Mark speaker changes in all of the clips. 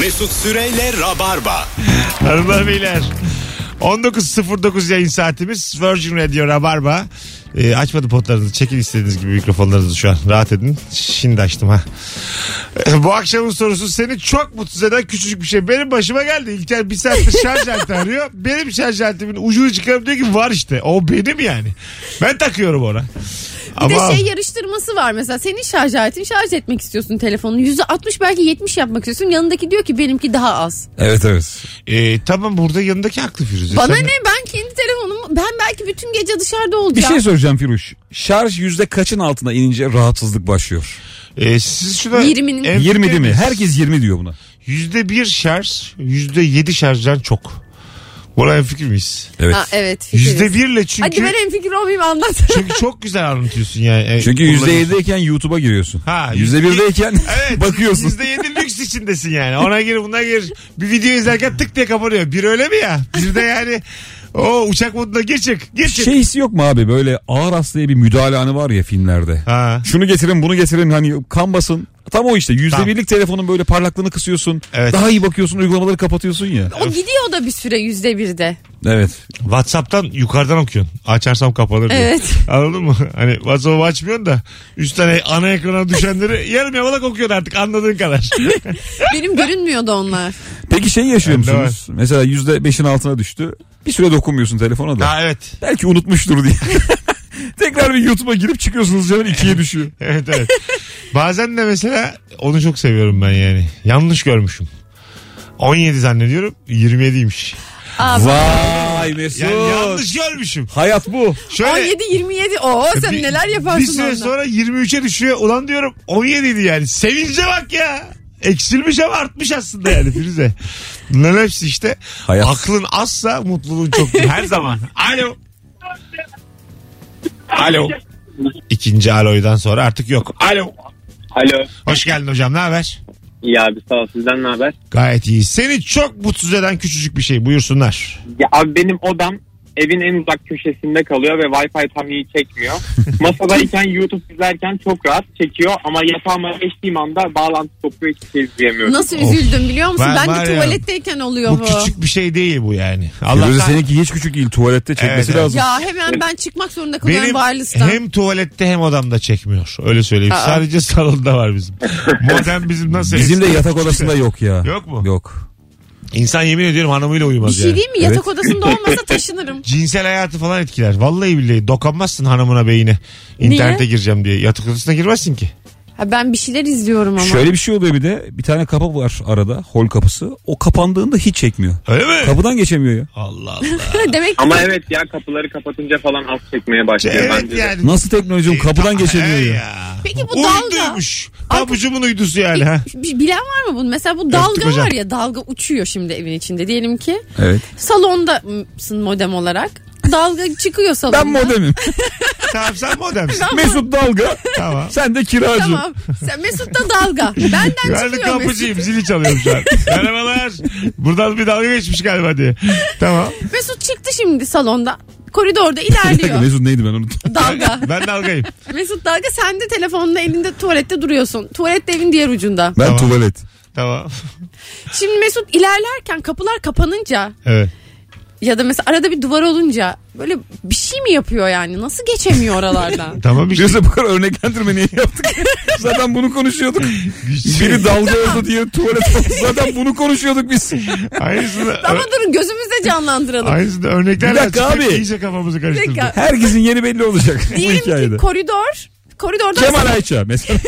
Speaker 1: Mesut Süreyle Rabarba.
Speaker 2: Hanımlar beyler. 19.09 yayın saatimiz Virgin Radio Rabarba. Ee, açmadım potlarınızı. Çekin istediğiniz gibi mikrofonlarınızı şu an. Rahat edin. Şimdi açtım ha. Ee, Bu akşamın sorusu seni çok mutsuz eden küçücük bir şey. Benim başıma geldi. İlker bir saattir şarj aleti arıyor. Benim şarj aletimin ucunu çıkarıp diyor ki var işte. O benim yani. Ben takıyorum ona.
Speaker 3: Bir de şey yarıştırması var mesela senin şarj aletin şarj etmek istiyorsun telefonunu %60 belki 70 yapmak istiyorsun yanındaki diyor ki benimki daha az.
Speaker 4: Evet evet.
Speaker 2: Ee, tamam burada yanındaki haklı Firuze.
Speaker 3: Bana
Speaker 2: Sen-
Speaker 3: ne ben kendi telefonumu ben belki bütün gece dışarıda
Speaker 4: Bir
Speaker 3: olacağım.
Speaker 4: şey soracağım Firuş. Şarj yüzde kaçın altına inince rahatsızlık başlıyor?
Speaker 2: Ee, siz şuna...
Speaker 3: 20'nin.
Speaker 2: en
Speaker 4: 20 değil mi?
Speaker 2: fikirdeyiz.
Speaker 4: Herkes 20 diyor buna.
Speaker 2: Yüzde bir şarj, yüzde yedi şarjdan çok. Buna en fikir miyiz?
Speaker 4: Evet.
Speaker 3: Ha, evet fikiriz.
Speaker 2: Yüzde birle çünkü...
Speaker 3: Hadi ben en fikir olmayayım anlat.
Speaker 2: Çünkü çok güzel anlatıyorsun yani. E,
Speaker 4: Çünkü
Speaker 2: kullanıyorsun.
Speaker 4: yüzde yedideyken YouTube'a giriyorsun.
Speaker 2: Ha,
Speaker 4: Yüzde birdeyken
Speaker 2: Evet,
Speaker 4: bakıyorsun.
Speaker 2: Yüzde yedi lüks içindesin yani. Ona gir buna gir. Bir video izlerken tık diye kapanıyor. Bir öyle mi ya? Bir de yani o uçak moduna gir çık. Gir çık.
Speaker 4: Şey hissi yok mu abi böyle ağır hastaya bir müdahale anı var ya filmlerde.
Speaker 2: Ha.
Speaker 4: Şunu getirin bunu getirin hani kan basın. Tam o işte yüzde
Speaker 2: Tam.
Speaker 4: birlik telefonun böyle parlaklığını kısıyorsun.
Speaker 2: Evet.
Speaker 4: Daha iyi bakıyorsun uygulamaları kapatıyorsun ya.
Speaker 3: o gidiyor da bir süre %1'de.
Speaker 4: Evet.
Speaker 2: Whatsapp'tan yukarıdan okuyorsun. Açarsam kapanır diye.
Speaker 3: Evet.
Speaker 2: Anladın mı? Hani Whatsapp'ı açmıyorsun da üç tane ana ekrana düşenleri yarım yamalak okuyorsun artık anladığın kadar.
Speaker 3: Benim görünmüyordu onlar.
Speaker 4: Peki şey yaşıyor
Speaker 2: Bende
Speaker 4: musunuz? Mesela yüzde beşin altına düştü. Bir süre dokunmuyorsun telefona da.
Speaker 2: ha evet.
Speaker 4: Belki unutmuştur diye. Tekrar bir YouTube'a girip çıkıyorsunuz canım ikiye düşüyor.
Speaker 2: evet evet. Bazen de mesela onu çok seviyorum ben yani. Yanlış görmüşüm. 17 zannediyorum 27'ymiş.
Speaker 3: Aa,
Speaker 4: Vay Mesut.
Speaker 2: Yani yanlış görmüşüm.
Speaker 4: Hayat bu.
Speaker 2: Şöyle
Speaker 3: 17-27 o sen
Speaker 2: bir-
Speaker 3: neler
Speaker 2: Bir
Speaker 3: yaparsın
Speaker 2: süre
Speaker 3: onunla?
Speaker 2: sonra 23'e düşüyor. Ulan diyorum 17 idi yani. Sevince bak ya. Eksilmiş ama artmış aslında yani Firuze. Bunların hepsi işte.
Speaker 4: Hayat.
Speaker 2: Aklın azsa mutluluğun çok. Her zaman. Alo. Alo. İkinci aloydan sonra artık yok. Alo.
Speaker 5: Alo.
Speaker 2: Hoş geldin hocam ne haber?
Speaker 5: İyi abi sağ ol sizden ne haber?
Speaker 2: Gayet iyi. Seni çok mutsuz eden küçücük bir şey. Buyursunlar.
Speaker 5: Ya abi benim odam evin en uzak köşesinde kalıyor ve wifi tam iyi çekmiyor. Masadayken YouTube izlerken çok rahat çekiyor ama yatağıma geçtiğim anda bağlantı kopuyor hiçbir şey izleyemiyorum.
Speaker 3: Nasıl
Speaker 2: Of.
Speaker 3: üzüldüm biliyor musun?
Speaker 2: Ben
Speaker 3: Ben,
Speaker 2: var
Speaker 3: de
Speaker 2: ya,
Speaker 3: tuvaletteyken oluyor bu.
Speaker 2: Bu küçük bir şey değil bu yani.
Speaker 4: Firuze
Speaker 2: Allah'tan
Speaker 4: seninki hiç küçük değil tuvalette çekmesi
Speaker 2: Evet, evet.
Speaker 4: lazım.
Speaker 3: Ya hemen ben çıkmak zorunda kalıyorum
Speaker 2: benim
Speaker 3: wireless'tan.
Speaker 2: hem tuvalette hem odamda çekmiyor. Öyle söyleyeyim.
Speaker 3: Aa.
Speaker 2: Sadece salonda var bizim. Modem bizim nasıl?
Speaker 4: Bizim de
Speaker 2: eski-
Speaker 4: yatak odasında yok ya.
Speaker 2: Yok mu?
Speaker 4: Yok.
Speaker 2: İnsan yemin ediyorum hanımıyla
Speaker 3: Bir
Speaker 2: uyumaz
Speaker 3: şey
Speaker 2: yani.
Speaker 3: değil mi? Yatak odasında olmasa taşınırım.
Speaker 2: Cinsel hayatı falan etkiler. Vallahi billahi dokanmazsın hanımına beyine. İnternete gireceğim diye. Yatak odasına girmezsin ki.
Speaker 3: Ha, ben bir şeyler izliyorum ama.
Speaker 4: Şöyle bir şey oluyor bir de bir tane kapı var arada hol kapısı. O kapandığında hiç çekmiyor.
Speaker 2: Öyle mi?
Speaker 4: Kapıdan geçemiyor ya.
Speaker 2: Allah Allah.
Speaker 3: Demek ki
Speaker 5: Ama evet ya kapıları kapatınca falan az çekmeye başlıyor
Speaker 2: evet
Speaker 5: bence de.
Speaker 2: yani.
Speaker 4: Nasıl teknolojim kapıdan geçemiyor
Speaker 2: He
Speaker 4: ya.
Speaker 3: Peki bu dalga-
Speaker 2: Uyduymuş. Pabucumun uydusu yani. ha.
Speaker 3: bir- bir- bilen var mı bunu? Mesela bu
Speaker 2: Öptük
Speaker 3: dalga
Speaker 2: hocam.
Speaker 3: var ya dalga uçuyor şimdi evin içinde. Diyelim ki
Speaker 4: Evet.
Speaker 3: salondasın modem olarak. Dalga çıkıyor salonda.
Speaker 4: Ben modemim.
Speaker 2: Tamam sen modemsin.
Speaker 4: Mesut dalga.
Speaker 2: tamam.
Speaker 4: Sen de kiracı.
Speaker 3: Tamam. Sen Mesut da dalga. Benden
Speaker 2: Ben de
Speaker 3: çıkıyor
Speaker 2: kapıcıyım
Speaker 3: Mesut.
Speaker 2: zili çalıyorum şu an. Merhabalar. Buradan bir dalga geçmiş galiba diye. Tamam.
Speaker 3: Mesut çıktı şimdi salonda. Koridorda
Speaker 4: Bir dakika,
Speaker 3: ilerliyor.
Speaker 4: Mesut neydi ben unuttum.
Speaker 3: dalga.
Speaker 2: Ben dalgayım.
Speaker 3: Mesut dalga sen de telefonla elinde tuvalette duruyorsun. Tuvalet de evin diğer ucunda.
Speaker 4: Ben
Speaker 2: Tamam.
Speaker 4: tuvalet.
Speaker 2: Tamam.
Speaker 3: Şimdi Mesut ilerlerken kapılar kapanınca
Speaker 2: Evet.
Speaker 3: ya da mesela arada bir duvar olunca böyle bir şey mi yapıyor yani? Nasıl geçemiyor oralardan?
Speaker 2: Tamam işte.
Speaker 4: Biliyorsun bu kadar örneklendirme niye yaptık? Zaten bunu konuşuyorduk.
Speaker 3: Şey-
Speaker 4: Biri dalga oldu diye tuvalet oldu. Zaten bunu konuşuyorduk biz.
Speaker 2: Aynısını,
Speaker 3: Ama durun gözümüzle canlandıralım.
Speaker 2: aynısını örneklerle
Speaker 4: Bir dakika
Speaker 2: açıklayıp
Speaker 4: abi.
Speaker 2: iyice kafamızı
Speaker 3: Bir
Speaker 2: karıştırdık.
Speaker 3: dakika.
Speaker 4: Herkesin yeri belli olacak bu
Speaker 3: Diyelim
Speaker 4: hikayede.
Speaker 3: ki koridor. Koridordan,
Speaker 4: Kemal Ayça mesela.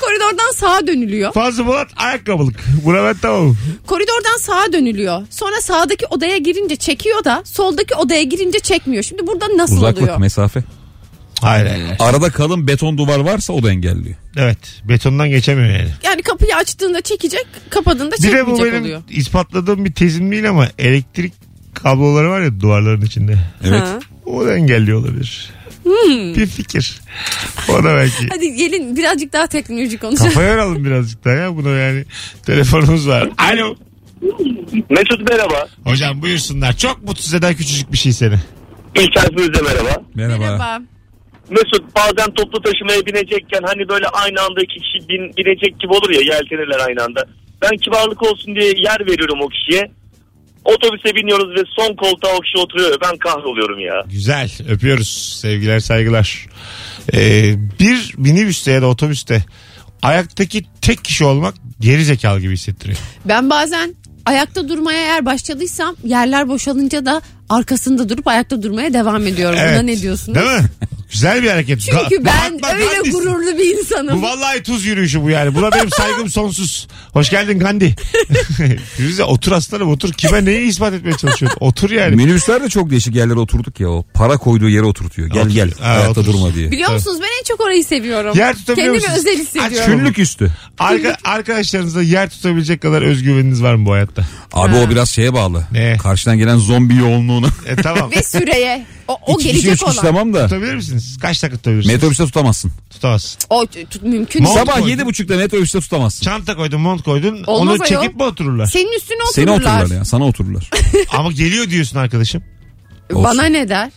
Speaker 3: koridordan sağa dönülüyor.
Speaker 2: Fazla Polat ayakkabılık. Buna ben tamam.
Speaker 3: Koridordan sağa dönülüyor. Sonra sağdaki odaya girince çekiyor da soldaki odaya girince çekmiyor. Şimdi burada nasıl oluyor?
Speaker 4: mesafe.
Speaker 2: Hayır hayır. hayır.
Speaker 4: Arada kalın beton duvar varsa o da engelliyor.
Speaker 2: Evet. Betondan geçemiyor yani.
Speaker 3: Yani kapıyı açtığında çekecek, kapadığında
Speaker 2: Bir de bu
Speaker 3: çekmeyecek
Speaker 2: benim
Speaker 3: oluyor.
Speaker 2: ispatladığım bir tezim değil ama elektrik kabloları var ya duvarların içinde.
Speaker 4: Evet.
Speaker 3: Ha.
Speaker 2: O da engelliyor olabilir.
Speaker 3: Hmm.
Speaker 2: Bir fikir. O da belki.
Speaker 3: Hadi gelin birazcık daha teknolojik konuşalım.
Speaker 2: Kafa yoralım birazcık daha ya buna yani. Telefonumuz var. Alo.
Speaker 6: Mesut merhaba.
Speaker 2: Hocam buyursunlar. Çok mutsuz eden küçücük bir şey seni.
Speaker 6: İlker Firuze merhaba.
Speaker 4: Merhaba.
Speaker 3: Merhaba.
Speaker 6: Mesut bazen toplu taşımaya binecekken hani böyle aynı anda iki kişi bin, binecek gibi olur ya yeltenirler aynı anda. Ben kibarlık olsun diye yer veriyorum o kişiye. Otobüse biniyoruz ve son koltuğa o kişi oturuyor. Ben kahroluyorum ya.
Speaker 2: Güzel. Öpüyoruz. Sevgiler, saygılar. Ee, bir minibüste ya da otobüste ayaktaki tek kişi olmak geri zekalı gibi hissettiriyor.
Speaker 3: Ben bazen ayakta durmaya eğer başladıysam yerler boşalınca da arkasında durup ayakta durmaya devam ediyorum. Buna ne diyorsunuz?
Speaker 2: Değil mi? Güzel bir hareket.
Speaker 3: Çünkü
Speaker 2: Ga-
Speaker 3: ben
Speaker 2: Mahatma
Speaker 3: öyle
Speaker 2: Gandhi'sin.
Speaker 3: gururlu bir insanım.
Speaker 2: Bu vallahi tuz yürüyüşü bu yani. Buna benim saygım sonsuz. Hoş geldin Gandhi. Firuze otur aslanım otur. Kime neyi ispat etmeye çalışıyorsun? Otur yani.
Speaker 4: Minibüsler de çok değişik yerlere oturduk ya o. Para koyduğu yere oturtuyor. Gel
Speaker 2: Otur-
Speaker 4: gel.
Speaker 2: Ha,
Speaker 4: Hayatta
Speaker 2: otur.
Speaker 4: durma diye.
Speaker 3: Biliyor musunuz ben en çok orayı seviyorum.
Speaker 2: Yer tutabiliyor
Speaker 3: Kendimi
Speaker 2: musunuz?
Speaker 3: özel
Speaker 2: Aç
Speaker 3: hissediyorum.
Speaker 2: şunu.
Speaker 4: Günlük üstü.
Speaker 2: Arka, arkadaşlarınızda yer tutabilecek kadar özgüveniniz var mı bu hayatta?
Speaker 4: Abi
Speaker 3: Ha.
Speaker 4: o biraz şeye bağlı.
Speaker 2: Ne?
Speaker 4: Karşıdan gelen zombi yoğunluğuna.
Speaker 2: E tamam.
Speaker 3: Ve süreye. O, o
Speaker 4: İki kişi, üç
Speaker 3: gelecek
Speaker 4: kişi
Speaker 3: olan.
Speaker 4: tamam da.
Speaker 2: Tutabilir misiniz? Kaç dakika tutabilirsiniz?
Speaker 4: Metrobüste tutamazsın.
Speaker 2: Tutamazsın.
Speaker 3: O t- t- mümkün
Speaker 2: Mont
Speaker 3: değil.
Speaker 4: Sabah
Speaker 2: koydun.
Speaker 4: yedi buçukta metrobüste tutamazsın.
Speaker 2: Çanta koydun, mont koydun.
Speaker 3: Olmaz
Speaker 2: onu
Speaker 3: ayol.
Speaker 2: çekip mi otururlar?
Speaker 3: Senin üstüne
Speaker 4: Seni
Speaker 3: otururlar.
Speaker 4: otururlar ya. Sana otururlar.
Speaker 2: Ama geliyor diyorsun arkadaşım.
Speaker 3: Bana
Speaker 4: Olsun.
Speaker 3: ne der?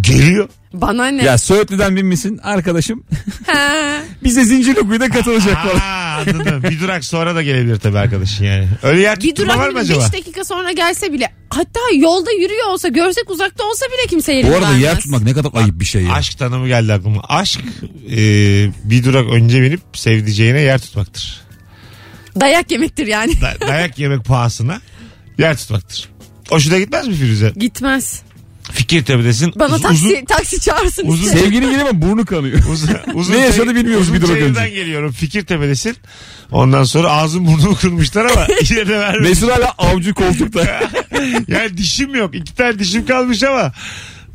Speaker 2: Geliyor.
Speaker 3: Bana ne?
Speaker 4: ya Söğütlü'den binmişsin arkadaşım.
Speaker 3: Ha.
Speaker 4: Bize Zincirlikuyu'da katılacak falan.
Speaker 2: Aa, anladım. Bir durak sonra da gelebilir tabii arkadaşın yani. Öyle yer
Speaker 3: Bir
Speaker 2: tutturma var
Speaker 3: durak
Speaker 2: mı acaba?
Speaker 3: 5 dakika sonra gelse bile hatta yolda yürüyor olsa görsek uzakta olsa bile kimse yerine
Speaker 4: Bu arada
Speaker 3: vermez.
Speaker 4: yer tutmak ne kadar ayıp bir şey ya.
Speaker 2: Aşk tanımı geldi aklıma. Aşk e, bir durak önce binip sevdiceğine yer tutmaktır.
Speaker 3: Dayak yemektir yani.
Speaker 2: Da- dayak yemek pahasına yer tutmaktır. Hoşuna gitmez mi Firuze?
Speaker 3: Gitmez.
Speaker 2: Fikir tepedesin.
Speaker 3: Bana
Speaker 2: Uz-
Speaker 3: taksi
Speaker 2: uzun-
Speaker 3: taksi çağırsın
Speaker 2: uzun-
Speaker 3: işte.
Speaker 4: Sevgili geliyor ama burnu kanıyor.
Speaker 2: Uzun, uzun
Speaker 4: Ne yaşadı bilmiyoruz bir durak
Speaker 2: Uzunçayır'dan
Speaker 4: önce.
Speaker 2: geliyorum. Fikir tepedesin. Ondan sonra ağzım burnumu kırmışlar ama yine de vermedi.
Speaker 4: Mesut hala avcı koltukta.
Speaker 2: Yani dişim yok. İki tane dişim kalmış ama.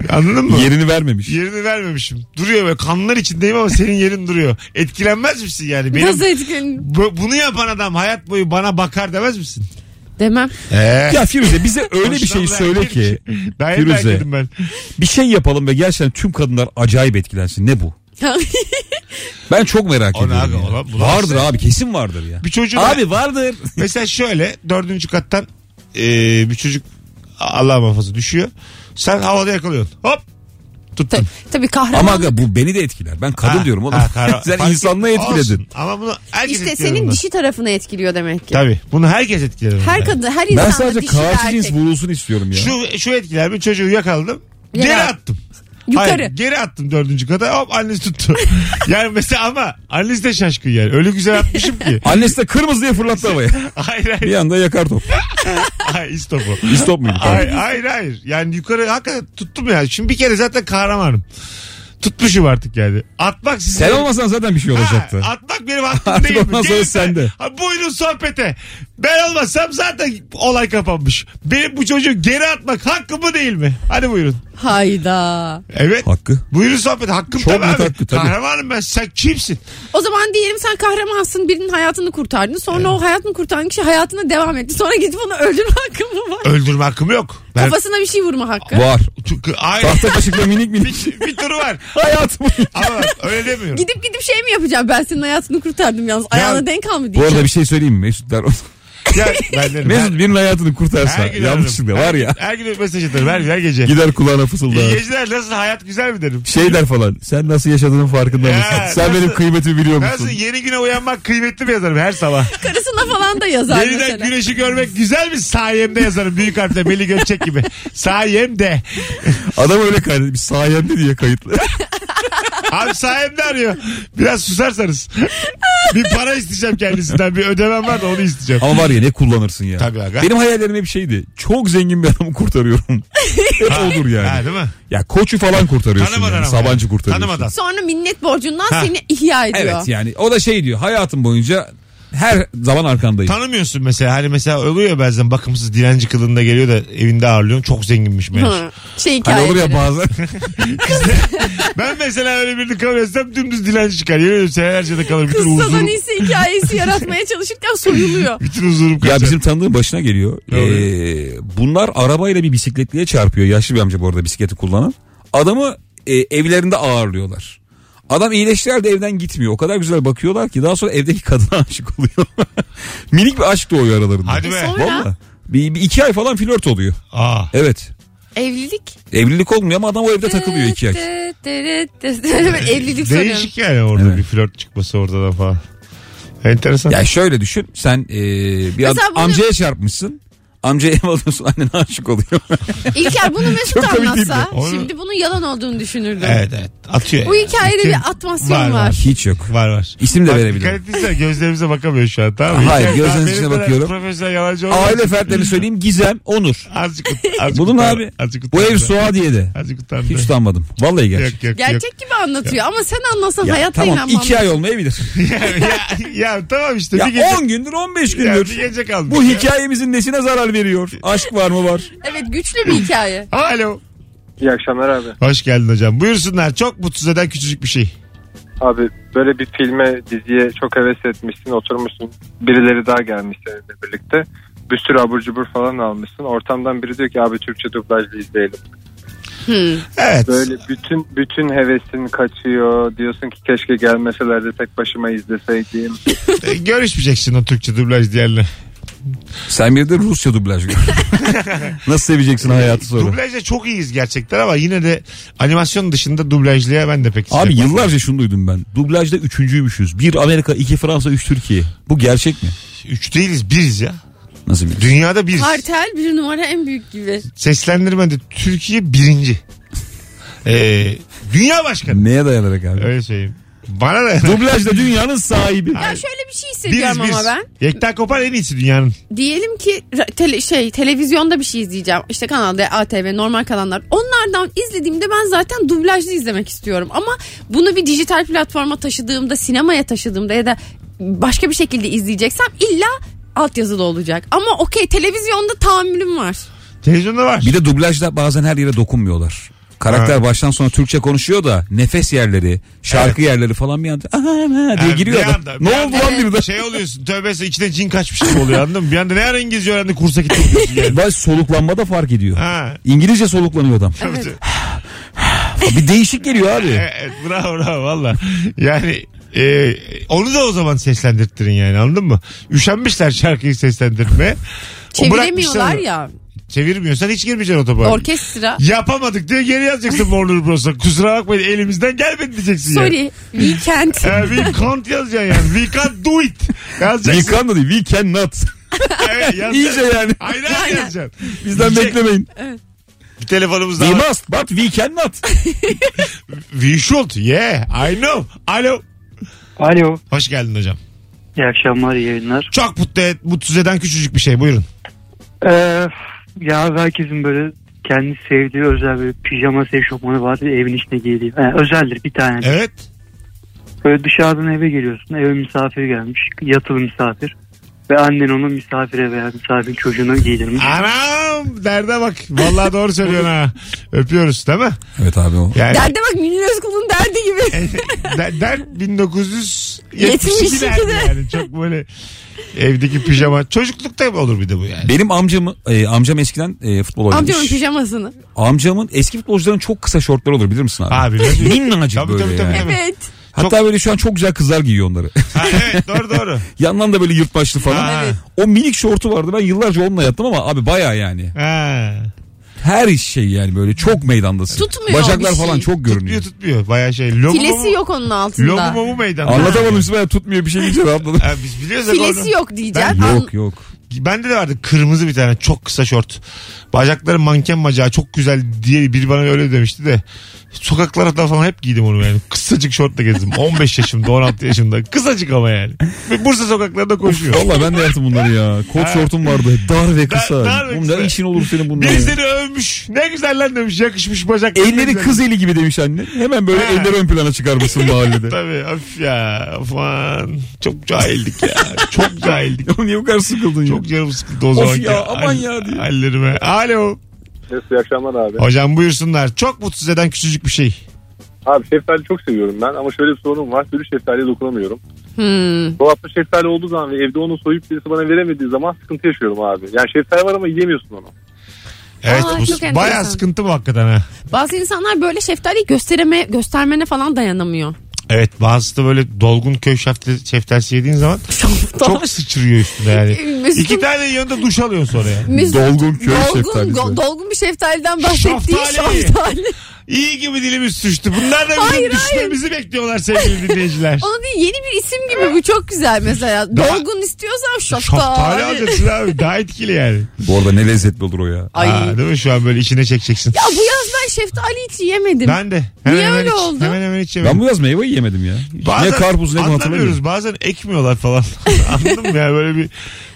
Speaker 2: Anladın mı?
Speaker 4: Yerini vermemiş.
Speaker 2: Yerini vermemişim. Duruyor böyle kanlar içindeyim ama senin yerin duruyor. Etkilenmez misin yani? Benim
Speaker 3: Nasıl etkin?
Speaker 2: bu- bunu yapan adam hayat boyu bana bakar demez misin?
Speaker 3: Demem.
Speaker 2: Ee,
Speaker 4: Ya Firuze bize öyle bir şey söyle ki
Speaker 2: Ben
Speaker 4: Firuze.
Speaker 2: Firuze. ben.
Speaker 4: bir şey yapalım ve gerçekten tüm kadınlar acayip etkilensin. Ne bu? Ben çok merak
Speaker 2: Ona
Speaker 4: ediyorum.
Speaker 2: abi,
Speaker 4: ya.
Speaker 2: ona- buna-
Speaker 4: vardır abi kesin vardır ya.
Speaker 2: Bir çocuğu
Speaker 4: Abi vardır.
Speaker 2: Mesela şöyle dördüncü kattan eee, bir çocuk Allah muhafaza düşüyor. Sen havada yakalıyorsun. Hop
Speaker 3: Ta-
Speaker 2: tuttun.
Speaker 3: tabii kahraman.
Speaker 4: Ama aga bu beni de etkiler. Ben kadın
Speaker 2: Ha,
Speaker 4: diyorum oğlum.
Speaker 2: ha, kara-
Speaker 4: Sen
Speaker 2: fark-
Speaker 4: insanlığı etkiledin.
Speaker 2: Olsun. Ama bunu herkes
Speaker 3: işte
Speaker 2: etkiler
Speaker 3: senin
Speaker 2: bunu.
Speaker 3: dişi tarafını etkiliyor demek ki.
Speaker 2: Tabii bunu herkes etkiler. bunu.
Speaker 3: Her kadın her
Speaker 4: Ben
Speaker 3: insanda
Speaker 4: sadece
Speaker 3: dişi ve
Speaker 4: karşı
Speaker 3: erkek.
Speaker 4: cins vurulsun istiyorum ya.
Speaker 2: Şu, şu etkiler mi çocuğu yakaladım.
Speaker 3: Yere
Speaker 2: Geri
Speaker 3: at.
Speaker 2: attım.
Speaker 3: Yukarı.
Speaker 2: Hayır, geri attım dördüncü kata hop annesi tuttu. yani mesela ama annesi de şaşkın yani. Öyle güzel atmışım ki.
Speaker 4: Annesi de kırmızı diye fırlattı havaya.
Speaker 2: hayır hayır.
Speaker 4: Bir anda yakar top.
Speaker 2: hayır istopu.
Speaker 4: İstop muydu?
Speaker 2: Hayır, hayır hayır. Yani yukarı hakikaten tuttum yani. Şimdi bir kere zaten kahramanım. Tutmuşum artık yani. Atmak sizin...
Speaker 4: Sen olmasan zaten bir şey olacaktı.
Speaker 2: Ha, atmak benim hakkım
Speaker 4: Artık
Speaker 2: değil mi?
Speaker 4: ondan sonra
Speaker 2: Gelin
Speaker 4: sende.
Speaker 2: Ha, buyurun sohbete. Ben olmasam zaten olay kapanmış. Benim bu çocuğu geri atmak hakkım mı değil mi? Hadi buyurun.
Speaker 3: Hayda.
Speaker 2: Evet.
Speaker 4: Hakkı.
Speaker 2: Buyurun sohbet. Hakkım
Speaker 4: Çok
Speaker 2: tabii
Speaker 4: net
Speaker 2: abi.
Speaker 4: hakkı, tabii.
Speaker 2: Kahramanım ben. Sen kimsin?
Speaker 3: O zaman diyelim sen kahramansın birinin hayatını kurtardın. Sonra o hayatını kurtaran kişi hayatına devam etti. Sonra gidip onu öldürme hakkı mı var?
Speaker 2: Öldürme hakkım yok. Ben...
Speaker 3: Kafasına bir şey vurma hakkı.
Speaker 4: Var.
Speaker 2: Çünkü- Hayır.
Speaker 4: Tahta kaşıkla minik minik.
Speaker 2: bir, bir turu var.
Speaker 4: Hayat bu.
Speaker 2: Ama bak, öyle demiyorum.
Speaker 3: Gidip gidip şey mi yapacağım? Ben senin hayatını kurtardım yalnız. Ayağına denk al mı
Speaker 4: Bu
Speaker 3: diyeceğim.
Speaker 4: arada bir şey söyleyeyim mi Mesutlar?
Speaker 2: Ya, ben derim.
Speaker 4: Mesut birinin hayatını kurtarsa
Speaker 2: Her gün
Speaker 4: yanlışlıkla
Speaker 2: ararım.
Speaker 4: var ya.
Speaker 2: Her, her gün mesaj atarım her, her gece.
Speaker 4: Gider kulağına
Speaker 2: İyi
Speaker 4: fısıldar.
Speaker 2: geceler nasıl hayat güzel mi derim.
Speaker 4: Şey der falan. Sen nasıl yaşadığının farkında
Speaker 2: Ya,
Speaker 4: mısın? Sen
Speaker 2: nasıl-
Speaker 4: benim kıymetimi biliyor
Speaker 2: Nasıl
Speaker 4: musun?
Speaker 2: yeni güne uyanmak kıymetli mi yazarım her sabah.
Speaker 3: Karısına falan da yazar
Speaker 2: Yeniden
Speaker 3: mesela.
Speaker 2: güneşi görmek güzel mi sayemde yazarım büyük harfle Melih Gökçek gibi. Sayemde.
Speaker 4: Adam öyle kaydetti. Bir sayemde diye kayıtlı.
Speaker 2: Abi sayemde arıyor. Biraz susarsanız. bir para isteyeceğim kendisinden bir ödemem var da onu isteyeceğim.
Speaker 4: Ama var ya ne kullanırsın ya.
Speaker 2: Tabii aga.
Speaker 4: Benim hayallerim hep şeydi. Çok zengin bir adamı kurtarıyorum. hep olur yani.
Speaker 2: Ha, değil mi?
Speaker 4: Ya koçu falan kurtarıyorsun.
Speaker 2: Tanımadan
Speaker 4: Yani.
Speaker 2: ama.
Speaker 4: Sabancı kurtarıyorsun.
Speaker 2: Tanımadan.
Speaker 3: Sonra minnet borcundan
Speaker 2: Ha.
Speaker 3: seni ihya ediyor.
Speaker 4: Evet yani o da şey diyor. Hayatım boyunca her zaman arkandayım.
Speaker 2: Tanımıyorsun mesela. Hani mesela oluyor ya bazen bakımsız dilenci kılığında geliyor da evinde ağırlıyorsun. Çok zenginmiş meğer.
Speaker 3: Hı. Şey
Speaker 4: Hani
Speaker 3: hikayeleri.
Speaker 4: olur ya bazen.
Speaker 2: Ben mesela öyle birini kabul etsem dümdüz dilenci çıkar. Yemin ediyorum senelerce de kalır. Bütün
Speaker 3: Kıssadan
Speaker 2: huzurum,
Speaker 3: iyisi hikayesi yaratmaya çalışırken soyuluyor.
Speaker 2: bütün huzurum kaçar.
Speaker 4: ya bizim tanıdığın başına geliyor.
Speaker 2: Ne oluyor?
Speaker 4: Ee, bunlar arabayla bir bisikletliye çarpıyor. Yaşlı bir amca bu arada bisikleti kullanan. Adamı e, evlerinde ağırlıyorlar. Adam iyileştiler de evden gitmiyor. O kadar güzel bakıyorlar ki daha sonra evdeki kadına aşık oluyor. Minik bir aşk doğuyor aralarında.
Speaker 2: Hadi be.
Speaker 3: Sonra
Speaker 4: Valla. Bir, bir iki ay falan flört oluyor.
Speaker 2: Aa.
Speaker 4: Evet.
Speaker 3: evlilik.
Speaker 4: Evlilik olmuyor ama adam o evde takılıyor iki ay.
Speaker 3: Evlilik soruyorum.
Speaker 2: Değişik yani orada
Speaker 4: Evet.
Speaker 2: bir flört çıkması ortadan falan. Enteresan.
Speaker 4: Ya şöyle düşün sen e, bir ad-
Speaker 3: Mesela bunu-
Speaker 4: amcaya çarpmışsın. Amcaya ev alıyorsun annen aşık oluyor.
Speaker 3: İlker bunu Mesut
Speaker 4: Çok komik değil mi?
Speaker 3: anlatsa
Speaker 2: Onu-
Speaker 3: şimdi bunun yalan olduğunu düşünürdüm.
Speaker 2: Evet evet. Atıyor.
Speaker 3: Bu hikayede bir atmasyon
Speaker 2: atmasyon
Speaker 3: var.
Speaker 4: Hiç yok.
Speaker 2: Var var.
Speaker 4: İsim de
Speaker 2: Bak,
Speaker 4: verebilirim.
Speaker 2: Dikkat ettiysen gözlerimize bakamıyor şu an tamam mı?
Speaker 4: Hayır,
Speaker 2: İlker,
Speaker 4: gözlerinizin
Speaker 2: ben benim
Speaker 4: içine
Speaker 2: kadar
Speaker 4: bakıyorum.
Speaker 2: Profesyonel yalancı olmam.
Speaker 4: Aile fertlerini söyleyeyim Gizem, Onur.
Speaker 2: Azıcık, azıcık
Speaker 4: Bunun
Speaker 2: utan-
Speaker 4: abi.
Speaker 2: Azıcık
Speaker 4: Bu ev
Speaker 2: utandı.
Speaker 4: Suadiye'de.
Speaker 2: Azıcık utandı.
Speaker 4: Hiç utanmadım. Vallahi gerçek.
Speaker 2: Yok yok yok.
Speaker 3: Gerçek gibi anlatıyor ama sen anlasan
Speaker 4: Ya,
Speaker 3: hayatta
Speaker 4: tamam
Speaker 3: inanmam.
Speaker 4: iki ay olmayabilir.
Speaker 2: ya, ya tamam işte
Speaker 4: ya
Speaker 2: bir gece.
Speaker 4: 10 gündür 15
Speaker 2: ya,
Speaker 4: gündür.
Speaker 2: bir gece kaldı.
Speaker 4: Bu hikayemizin nesine zarar veriyor? Aşk var mı var?
Speaker 3: Evet güçlü bir hikaye.
Speaker 2: Alo.
Speaker 7: İyi akşamlar abi.
Speaker 2: Hoş geldin hocam. Buyursunlar. Çok mutsuz eden küçücük bir şey.
Speaker 7: Abi böyle bir filme diziye çok heves etmişsin oturmuşsun. Birileri daha gelmiş seninle birlikte. Bir sürü abur cubur falan almışsın. Ortamdan biri diyor ki abi Türkçe dublajlı izleyelim.
Speaker 2: Evet.
Speaker 7: Böyle bütün bütün hevesin kaçıyor. Diyorsun ki keşke gelmeseler de tek başıma izleseydim.
Speaker 2: E, Görüşmeyeceksin o Türkçe dublaj diğerle.
Speaker 4: Sen bir de Rusya dublaj gör. Nasıl seveceksin hayatı sonra?
Speaker 2: Dublajda çok iyiyiz gerçekten ama yine de animasyon dılında dublajlıya ben de pek sıcak
Speaker 4: Abi
Speaker 2: bakmam.
Speaker 4: yıllarca şunu duydum ben. Dublajda üçüncüymüşüz. Bir Amerika, iki Fransa, üç Türkiye. Bu gerçek mi?
Speaker 2: Üç değiliz biriz ya.
Speaker 4: Nasıl bir?
Speaker 2: Dünyada biriz.
Speaker 3: Kartel bir numara en büyük gibi.
Speaker 2: Seslendirmede Türkiye birinci. Ee, dünya başkanı.
Speaker 4: Neye dayanarak abi?
Speaker 2: Öyle söyleyeyim. Bana da
Speaker 4: Dublajda dünyanın sahibi.
Speaker 3: Ya şöyle bir şey
Speaker 2: biriz
Speaker 3: hissediyorum ama
Speaker 2: biriz.
Speaker 3: ben.
Speaker 2: Yekta Kopar en iyisi dünyanın.
Speaker 3: Diyelim ki ra- tele- şey televizyonda bir şey izleyeceğim. İşte kanalda ATV normal kanallar. Onlardan izlediğimde ben zaten dublajlı izlemek istiyorum. Ama bunu bir dijital platforma taşıdığımda, sinemaya taşıdığımda ya da başka bir şekilde izleyeceksem illa altyazılı olacak. Ama okey televizyonda tahammülüm var.
Speaker 2: Televizyonda var.
Speaker 4: Bir de dublajda bazen her yere dokunmuyorlar. Karakter baştan sona Türkçe konuşuyor da nefes yerleri, şarkı yerleri falan bir anda "Aha, aha" diye
Speaker 2: Yani
Speaker 4: giriyor
Speaker 2: bir
Speaker 4: adam.
Speaker 2: anda- bir
Speaker 4: ne oldu
Speaker 2: anda-
Speaker 4: lan bir de?
Speaker 2: Şey oluyorsun tövbesi içine cin kaçmış gibi oluyor anladın mı? Bir anda ne ara İngilizce öğrendi kursa gitti. oluyorsun yani.
Speaker 4: Baş soluklanma da fark ediyor.
Speaker 2: Ha.
Speaker 4: İngilizce soluklanıyor adam.
Speaker 3: Evet.
Speaker 4: Bir değişik geliyor abi.
Speaker 2: Evet, bravo bravo valla. Yani e, onu da o zaman seslendirttirin yani anladın mı? Üşenmişler şarkıyı seslendirmeye. O bırakmışlar
Speaker 3: Çeviremiyorlar
Speaker 2: onu.
Speaker 3: ya.
Speaker 2: Çevirmiyorsan hiç girmeyeceksin otobüse.
Speaker 3: Orkestra.
Speaker 2: Yapamadık diye geri yazacaksın Warner Bros'a. Kusura bakmayın elimizden gelmedi diyeceksin yani.
Speaker 3: Sorry. Weekend.
Speaker 2: Ha, we can't yazacaksın yani. We can't do it. Yazacaksın.
Speaker 4: can da değil, we cannot.
Speaker 2: Evet, yazacaksın.
Speaker 4: İyice yani.
Speaker 2: Aynen yazacaksın.
Speaker 4: Bizden
Speaker 2: Diyecek.
Speaker 4: beklemeyin.
Speaker 2: Bir telefonumuz daha
Speaker 4: We
Speaker 2: var.
Speaker 4: must but we cannot.
Speaker 2: We should. Yeah. I know. Alo.
Speaker 8: Alo.
Speaker 2: Hoş geldin hocam.
Speaker 8: İyi akşamlar, iyi yayınlar.
Speaker 2: Çok mutlu et, mutsuz eden küçücük bir şey. Buyurun.
Speaker 8: Ee, ya herkesin böyle kendi sevdiği özel bir pijama eşofmanı var ve evin içine giydiği. Yani özeldir bir tane.
Speaker 2: Evet.
Speaker 8: Böyle dışarıdan eve geliyorsun. Eve misafir gelmiş. Yatılı misafir. Ve annen onu misafire veya misafirin çocuğuna giydirmiş.
Speaker 2: Anam derde bak. Vallahi doğru söylüyorsun ha. Öpüyoruz değil mi?
Speaker 4: evet abi o.
Speaker 2: Yani
Speaker 3: Derde bak Münir Özkul'un derdi gibi.
Speaker 2: der, der 1972
Speaker 3: 72'de.
Speaker 2: derdi yani. Çok böyle evdeki pijama. Çocuklukta olur bir de bu yani.
Speaker 4: Benim amcamı, e, amcam eskiden e, futbol oynamış.
Speaker 3: Amcamın pijamasını.
Speaker 4: Amcamın eski futbolcuların çok kısa şortları olur bilir misin abi?
Speaker 2: Abi.
Speaker 4: Minnacık
Speaker 2: Tabii,
Speaker 4: böyle
Speaker 2: tabii,
Speaker 4: yani.
Speaker 2: tabii.
Speaker 3: Evet.
Speaker 4: Hatta böyle şu an çok güzel kızlar giyiyor onları.
Speaker 2: Ha, evet doğru doğru.
Speaker 4: Yandan da böyle yırtmaçlı falan.
Speaker 2: Ha. Evet.
Speaker 4: O minik şortu vardı ben yıllarca onunla yattım ama abi baya yani.
Speaker 2: Ha.
Speaker 4: Her şey yani böyle çok meydandasın.
Speaker 3: Tutmuyor
Speaker 4: Bacaklar
Speaker 3: bir şey.
Speaker 4: falan çok görünüyor.
Speaker 2: Tutmuyor tutmuyor. Baya şey. Logo
Speaker 3: Filesi yok onun altında.
Speaker 2: Logo mu meydanda?
Speaker 4: Anlatamadım size ben tutmuyor bir şey diyeceğim anladım.
Speaker 2: Ha, biz biliyoruz. ya
Speaker 3: Filesi
Speaker 2: onu.
Speaker 3: yok diyeceksin. An-
Speaker 4: yok yok.
Speaker 2: Bende de vardı kırmızı bir tane çok kısa şort. Bacakları manken bacağı çok güzel diye biri bana öyle demişti de. Sokaklara da falan hep giydim onu yani. Kısacık şortla gezdim. 15 yaşımda 16 yaşımda. Kısacık ama yani. Ve Bursa sokaklarında koşuyor.
Speaker 4: Valla ben de yaptım bunları ya. Kot şortum vardı. Dar ve kısa.
Speaker 2: dar ve
Speaker 4: Oğlum
Speaker 2: kısa.
Speaker 4: ne işin olur senin bununla
Speaker 2: Biri
Speaker 4: ya?
Speaker 2: seni övmüş. Ne güzel lan demiş yakışmış bacak.
Speaker 4: Elleri kız eli gibi demiş anne. Hemen böyle
Speaker 2: Ha.
Speaker 4: elleri ön plana çıkarmışsın mahallede.
Speaker 2: Tabii of ya aman. Çok cahildik ya. Çok cahildik.
Speaker 4: Oğlum niye bu kadar sıkıldın ya?
Speaker 2: Çok canım sıkıldı o
Speaker 4: Of
Speaker 2: zaman.
Speaker 4: ya, aman ya diye.
Speaker 2: Hallerime. Alo.
Speaker 7: Neyse iyi akşamlar abi.
Speaker 2: Hocam buyursunlar. Çok mutsuz eden küçücük bir şey.
Speaker 7: Abi şeftali çok seviyorum ben ama şöyle bir sorunum var. Bir şeftaliye dokunamıyorum.
Speaker 3: Hmm.
Speaker 7: Dolapta şeftali olduğu zaman ve evde onu soyup birisi bana veremediği zaman sıkıntı yaşıyorum abi. Yani şeftali var ama yiyemiyorsun onu.
Speaker 2: Evet
Speaker 3: Aa, çok
Speaker 2: bu
Speaker 3: enteresan.
Speaker 2: bayağı sıkıntı bu hakikaten ha.
Speaker 3: Bazı insanlar böyle şeftaliyi göstereme, göstermene falan dayanamıyor.
Speaker 2: Evet bazısı da böyle dolgun köy şefte- şeftalisi yediğin zaman çok sıçrıyor üstüne yani.
Speaker 3: Mesut'un-
Speaker 2: İki tane yanında duş alıyorsun sonra yani.
Speaker 3: Mes-
Speaker 4: Dolgun köy
Speaker 3: dolgun,
Speaker 4: şeftalisi.
Speaker 3: go- dolgun bir şeftaliden bahsettiği
Speaker 2: Şaftali.
Speaker 3: şeftali.
Speaker 2: İyi gibi dilimiz süştü. Bunlar da bizim
Speaker 3: Hayır,
Speaker 2: düşmemizi bekliyorlar sevgili dinleyiciler.
Speaker 3: Onu değil yeni bir isim gibi bu çok güzel mesela.
Speaker 2: Daha-
Speaker 3: Dolgun istiyorsan
Speaker 2: Şaftali
Speaker 3: şaptal.
Speaker 2: alacaksın abi. Daha etkili yani.
Speaker 4: Bu arada ne lezzetli olur o ya.
Speaker 3: Ay.
Speaker 2: Aa, değil mi? Şu an böyle içine çekeceksin.
Speaker 3: Ya bu yaz ben şeftali hiç yemedim.
Speaker 2: Ben de. Hemen
Speaker 3: Niye
Speaker 2: hemen
Speaker 3: öyle
Speaker 2: hiç-
Speaker 3: oldu?
Speaker 2: Hemen hemen hiç yemedim.
Speaker 4: Ben bu yaz meyve yemedim ya.
Speaker 2: Bazen
Speaker 4: ne karpuz ne bunu hatırlamıyorum.
Speaker 2: anlamıyoruz. Bazen ekmiyorlar falan. Anladın mı ya böyle bir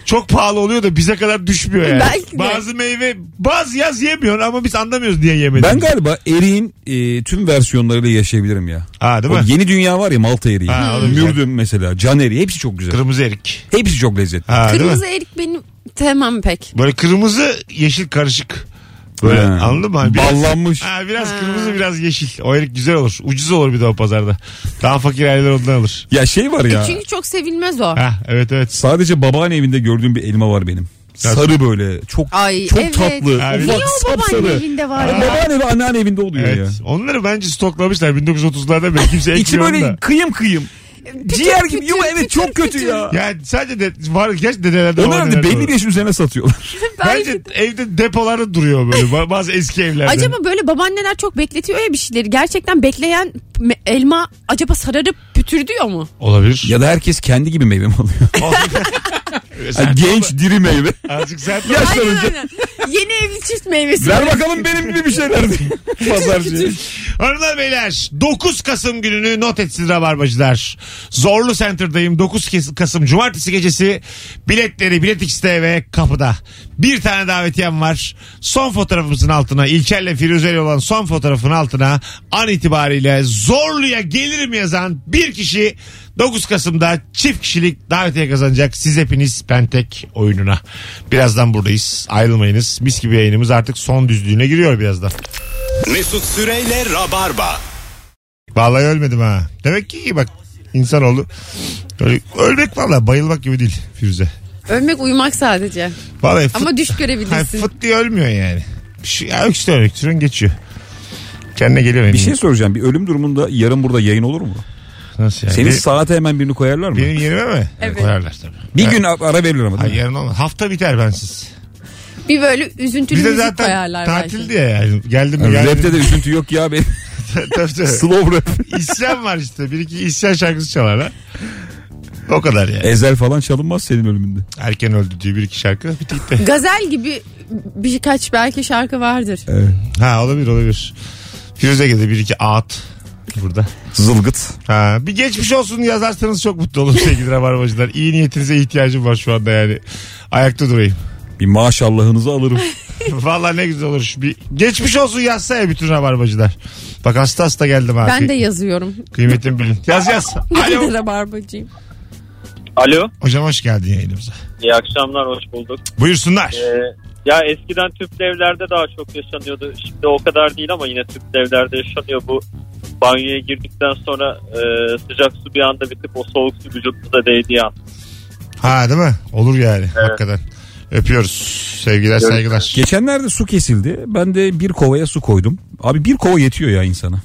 Speaker 2: çok pahalı oluyor da bize kadar düşmüyor yani.
Speaker 3: Belki de.
Speaker 2: Bazı meyve bazı yaz yemiyor ama biz anlamıyoruz diye yemedik.
Speaker 4: Ben galiba eriğin e, tüm versiyonlarıyla yaşayabilirim ya.
Speaker 2: Ha değil
Speaker 4: O
Speaker 2: mi?
Speaker 4: yeni dünya var ya Malta eriği.
Speaker 2: Ha, o da güzel.
Speaker 4: Mürdüm mesela. Can eriği. Hepsi çok güzel.
Speaker 2: Kırmızı erik.
Speaker 4: Hepsi çok lezzetli.
Speaker 2: Ha, değil mi?
Speaker 3: Kırmızı erik benim sevmem pek.
Speaker 2: Böyle kırmızı yeşil karışık. Böyle
Speaker 4: Ha.
Speaker 2: anladın mı? Hani Biraz,
Speaker 4: Ballanmış.
Speaker 2: Ha, biraz
Speaker 3: Ha.
Speaker 2: kırmızı biraz yeşil. O erik güzel olur. Ucuz olur bir de o pazarda. Daha fakir aileler ondan alır.
Speaker 4: Ya şey var ya.
Speaker 3: E, Çünkü çok sevilmez o.
Speaker 2: Ha, evet evet.
Speaker 4: Sadece babaanne evinde gördüğüm bir elma var benim. Sarı böyle. Çok
Speaker 3: Ay
Speaker 4: çok
Speaker 3: evet.
Speaker 4: tatlı.
Speaker 2: Abi.
Speaker 3: Niye
Speaker 4: Ufak
Speaker 3: o babaanne
Speaker 4: sapsarı.
Speaker 3: evinde var
Speaker 4: Ay,
Speaker 3: ya?
Speaker 4: Babaanne ve anneanne evinde oluyor
Speaker 2: Evet.
Speaker 4: ya.
Speaker 2: Onları bence stoklamışlar 1930'larda beri kimse
Speaker 4: İçi
Speaker 2: ekmiyor onu
Speaker 4: böyle
Speaker 2: da.
Speaker 4: kıyım kıyım. Ciğer gibi.
Speaker 3: pütür,
Speaker 4: Yok evet
Speaker 3: pütür,
Speaker 4: çok kötü
Speaker 3: pütür.
Speaker 4: ya.
Speaker 2: Yani sadece de, var gerçi dedelerde
Speaker 4: Onlar
Speaker 2: babaannelerde
Speaker 4: herhalde belli
Speaker 2: var.
Speaker 4: bir yaşın üzerine satıyorlar.
Speaker 2: Bence evde depolarda duruyor böyle ba- bazı eski evlerde.
Speaker 3: Acaba böyle babaanneler çok bekletiyor ya bir şeyleri. Gerçekten bekleyen me- elma acaba sararıp pütürdüyor mu?
Speaker 2: olabilir.
Speaker 4: ya da herkes kendi gibi meyve mi alıyor?
Speaker 2: Sen-
Speaker 4: Genç diri meyve.
Speaker 2: Azıcık sen
Speaker 4: Yaşlanınca.
Speaker 3: aynen. Yeni evli çift meyvesi.
Speaker 4: Ver bakalım benim gibi bir şeyler diye. Pazarcı.
Speaker 2: Hanımlar beyler 9 Kasım gününü not etsin Rabarbacılar. Zorlu Center'dayım 9 Kes- Kasım Cumartesi gecesi biletleri Bilet X'te ve kapıda. Bir tane davetiyem var. Son fotoğrafımızın altına İlker'le Firuze'yle olan son fotoğrafın altına an itibariyle Zorlu'ya gelirim yazan bir kişi 9 Kasım'da çift kişilik davetiye kazanacak. Siz hepiniz Pentek oyununa. Birazdan buradayız. Ayrılmayınız. Mis gibi yayınımız artık son düzlüğüne giriyor birazdan.
Speaker 1: Mesut Süreyle Rabarba.
Speaker 2: Vallahi ölmedim ha. Demek ki iyi bak insanoğlu. Öyle, ölmek vallahi bayılmak gibi değil Firuze.
Speaker 3: Ölmek uyumak sadece.
Speaker 2: Vallahi fıt,
Speaker 3: Ama düş
Speaker 2: Hayır,
Speaker 3: görebilirsin.
Speaker 2: fıt diye ölmüyor yani. Bir şey, ya öksüre öksürüyorsun, geçiyor. Kendine geliyor benim.
Speaker 4: Bir şey soracağım. Bir ölüm durumunda yarın burada yayın olur mu?
Speaker 2: Nasıl yani?
Speaker 4: Senin
Speaker 2: Benim-
Speaker 4: saate hemen birini koyarlar mı?
Speaker 2: benim yerime mi?
Speaker 3: Evet.
Speaker 2: Koyarlar tabii.
Speaker 4: Bir gün a- ara verilir ama
Speaker 2: Hayır
Speaker 4: değil mi?
Speaker 2: yarın olmaz. Hafta biter bensiz.
Speaker 3: Bir böyle üzüntülü
Speaker 2: Bir de
Speaker 3: müzik
Speaker 2: zaten
Speaker 3: koyarlar
Speaker 2: tatil
Speaker 3: belki.
Speaker 2: diye yani. Geldim mi?
Speaker 4: Yani
Speaker 2: geldim.
Speaker 4: Rapte de üzüntü yok ya benim.
Speaker 2: Tabii, tabii.
Speaker 4: Slow rap.
Speaker 2: İsyan var işte. Bir iki isyan şarkısı çalarlar. O kadar yani.
Speaker 4: Ezel falan çalınmaz senin ölümünde.
Speaker 2: Erken öldü diye bir iki şarkı. Bitti gitti.
Speaker 3: Gazel gibi birkaç belki şarkı vardır.
Speaker 2: Ha olabilir olabilir. Firuze geldi bir iki ağıt burada.
Speaker 4: Zılgıt.
Speaker 2: Ha, bir geçmiş olsun yazarsanız çok mutlu olurum sevgili rabarbacılar. İyi niyetinize ihtiyacım var şu anda yani. Ayakta durayım.
Speaker 4: Bir maşallahınızı alırım.
Speaker 2: Valla ne güzel olur. Bir geçmiş olsun yazsa ya bütün rabarbacılar. Bak hasta hasta geldim abi.
Speaker 3: Ben de yazıyorum.
Speaker 2: Kıymetimi bilin. Yaz yaz.
Speaker 3: Ben
Speaker 2: Alo.
Speaker 3: de rabarbacıyım.
Speaker 5: Alo.
Speaker 2: Hocam hoş geldin yayınımıza.
Speaker 5: İyi akşamlar hoş bulduk.
Speaker 2: Buyursunlar.
Speaker 5: Ee, ya eskiden tüplü evlerde daha çok yaşanıyordu. Şimdi o kadar değil ama yine tüplü evlerde yaşanıyor. Bu banyoya girdikten sonra e, sıcak su bir anda bitip o soğuk su vücudunuza değdiği an.
Speaker 2: Ha değil mi? Olur yani hakikaten. Öpüyoruz. Sevgiler saygılar.
Speaker 4: Geçenlerde su kesildi. Ben de bir kovaya su koydum. Abi bir kova yetiyor ya insana.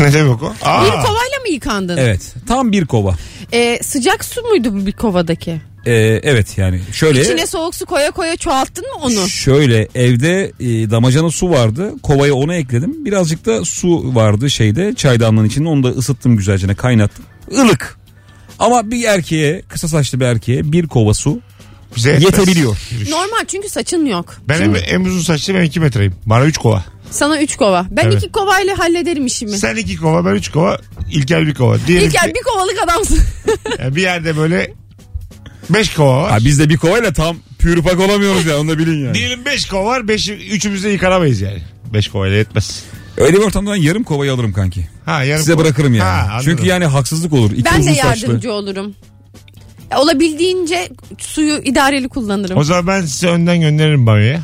Speaker 2: ne demek o?
Speaker 3: Bir
Speaker 2: Aa,
Speaker 3: kovayla mı yıkandın?
Speaker 4: Evet. Tam bir kova.
Speaker 3: Ee, sıcak su muydu bu bir kovadaki?
Speaker 4: Ee, evet yani şöyle.
Speaker 3: İçine soğuk su koya koya çoğalttın mı onu?
Speaker 4: Şöyle evde e, damacana su vardı. Kovaya onu ekledim. Birazcık da su vardı şeyde çaydanlığın içinde. Onu da ısıttım güzelce kaynattım. Ilık. Ama bir erkeğe kısa saçlı bir erkeğe bir kova su
Speaker 2: bize yetmez.
Speaker 4: yetebiliyor.
Speaker 3: Normal çünkü saçın yok.
Speaker 2: Ben en, en uzun saçlı ben 2 metreyim. Bana 3 kova.
Speaker 3: Sana 3 kova. Ben
Speaker 2: Evet.
Speaker 3: 2 kovayla hallederim işimi.
Speaker 2: Sen 2 kova ben 3 kova. İlker 1 kova. Diyelim ki-
Speaker 3: İlker bir kovalık adamsın.
Speaker 2: Yani bir yerde böyle 5 kova var.
Speaker 4: Ha, biz de bir kovayla tam pürpak olamıyoruz ya onu da bilin yani.
Speaker 2: Diyelim 5 kova var. 3'ümüz de yıkanamayız yani. 5 kovayla yetmez.
Speaker 4: Öyle bir ortamdan yarım kovayı alırım kanki.
Speaker 2: Ha yarım
Speaker 4: Size
Speaker 2: kova.
Speaker 4: bırakırım yani.
Speaker 2: Ha, anladım.
Speaker 4: Çünkü yani haksızlık olur. İki
Speaker 3: ben de
Speaker 4: uzun saçlı.
Speaker 3: yardımcı olurum. Ya, olabildiğince suyu idareli kullanırım.
Speaker 2: O zaman ben sizi önden gönderirim banyoya.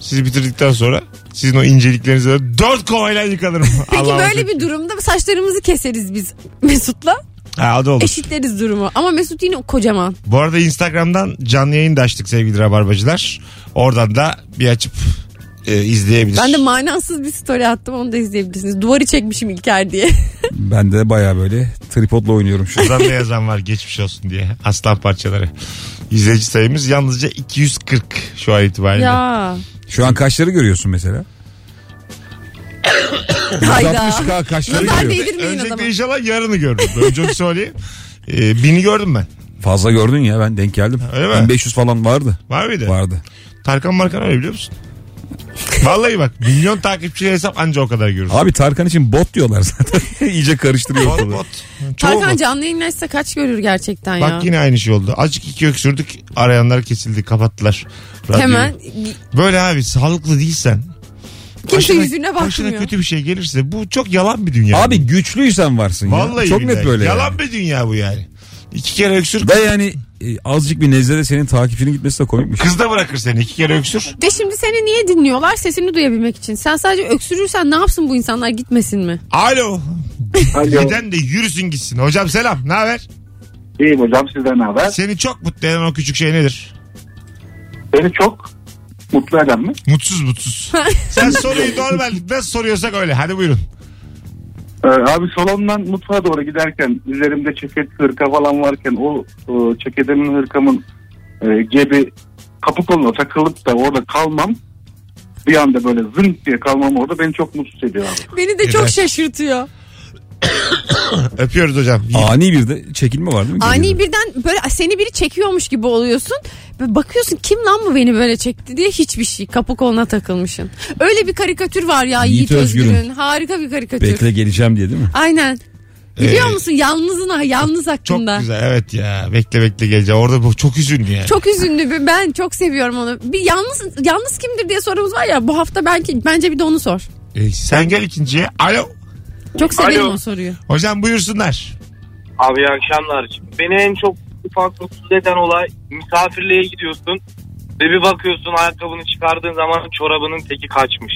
Speaker 2: Sizi bitirdikten sonra sizin o inceliklerinizi alıp 4 kovayla yıkanırım.
Speaker 3: Peki böyle bir durumda saçlarımızı keseriz biz Mesut'la.
Speaker 2: Ha o da olur.
Speaker 3: Eşitleriz durumu. Ama Mesut yine kocaman.
Speaker 2: Bu arada Instagram'dan canlı yayın da açtık sevgili rabarbacılar. Oradan da bir açıp e, izleyebilir.
Speaker 3: Ben de manasız bir story attım onu da izleyebilirsiniz. Duvarı çekmişim İlker diye.
Speaker 4: Ben de baya böyle tripodla oynuyorum şu an.
Speaker 2: Buradan da yazan var geçmiş olsun diye. Aslan parçaları. İzleyici sayımız yalnızca 240 şu an itibariyle.
Speaker 3: ya.
Speaker 4: Şu an kaşları görüyorsun mesela.
Speaker 3: Hayda.
Speaker 4: 160K kaşları
Speaker 3: Nazar
Speaker 4: görüyor.
Speaker 3: değdirmeyin adama.
Speaker 2: Öncelikle inşallah yarını görürüm. Önce onu söyleyeyim. Ee, bini gördüm ben.
Speaker 4: Fazla gördün ya ben denk geldim.
Speaker 2: Öyle mi?
Speaker 4: 1500 falan vardı.
Speaker 2: Var mıydı?
Speaker 4: Vardı.
Speaker 2: Tarkan Markan öyle biliyor musun? Vallahi bak milyon takipçiye hesap anca o kadar görürsün.
Speaker 4: Abi Tarkan için bot diyorlar zaten. İyice karıştırıyor
Speaker 2: Bot
Speaker 4: ortalığı.
Speaker 2: bot. Çoğu
Speaker 3: Tarkan
Speaker 2: bot.
Speaker 3: canlı yayınlarsa kaç görür gerçekten
Speaker 2: Bak
Speaker 3: ya.
Speaker 2: yine aynı şey oldu. Azıcık iki öksürdük. Arayanlar kesildi. Kapattılar. radyoyu.
Speaker 3: Hemen
Speaker 2: Böyle abi sağlıklı değilsen.
Speaker 3: Kimse yüzüne bakmıyor.
Speaker 2: Başına kötü bir şey gelirse bu çok yalan bir dünya.
Speaker 4: Abi güçlüysen varsın
Speaker 2: Vallahi
Speaker 4: ya. Çok net
Speaker 2: billahi.
Speaker 4: böyle.
Speaker 2: Yalan
Speaker 4: yani.
Speaker 2: bir dünya bu yani. İki kere öksür.
Speaker 4: Ve yani e, azıcık bir nezlede senin takipçinin gitmesi de komikmiş.
Speaker 2: Kız da bırakır seni. iki kere öksür.
Speaker 3: de şimdi seni niye dinliyorlar? Sesini duyabilmek için. Sen sadece öksürürsen ne yapsın bu insanlar gitmesin mi?
Speaker 2: Alo.
Speaker 9: Alo.
Speaker 2: Giden de yürüsün gitsin. Hocam selam. Ne haber?
Speaker 9: İyiyim hocam sizden ne haber?
Speaker 2: Seni çok mutlu eden o küçük şey nedir?
Speaker 9: Beni çok mutlu eden mi?
Speaker 2: Mutsuz mutsuz. Sen soruyu normal nasıl soruyorsak öyle. Hadi buyurun.
Speaker 9: Ee, abi salondan mutfağa doğru giderken üzerimde ceket hırka falan varken o e, ceketimin hırkamın e, gibi kapı koluna takılıp da orada kalmam bir anda böyle zınk diye kalmam orada beni çok mutsuz ediyor abi.
Speaker 3: Beni de çok
Speaker 2: Evet.
Speaker 3: şaşırtıyor.
Speaker 2: Öpüyoruz hocam.
Speaker 4: Ani bir de çekilme var değil mi?
Speaker 3: Ani birden böyle seni biri çekiyormuş gibi oluyorsun. Böyle bakıyorsun kim lan bu beni böyle çekti diye hiçbir şey. Kapı koluna takılmışsın. Öyle bir karikatür var ya
Speaker 4: Yiğit
Speaker 3: Yiğit, Özgür'ün.
Speaker 4: Özgür'ün.
Speaker 3: Harika bir karikatür.
Speaker 4: Bekle geleceğim diye değil mi?
Speaker 3: Aynen. Biliyor
Speaker 2: Ee,
Speaker 3: musun yalnızına yalnız
Speaker 2: Çok
Speaker 3: hakkında.
Speaker 2: güzel evet ya. Bekle bekle geleceğim. Orada bu çok üzüldü yani.
Speaker 3: Çok üzünlü bir ben çok seviyorum onu. Bir yalnız yalnız kimdir diye sorumuz var ya bu hafta belki bence bir de onu sor.
Speaker 2: Ee, sen gel ikinciye. Alo.
Speaker 3: Çok severim
Speaker 5: Alo.
Speaker 3: o soruyu.
Speaker 2: Hocam buyursunlar.
Speaker 5: Abi iyi akşamlar. Şimdi Beni en çok ufak mutsuz eden olay misafirliğe gidiyorsun ve bir bakıyorsun ayakkabını çıkardığın zaman çorabının teki kaçmış.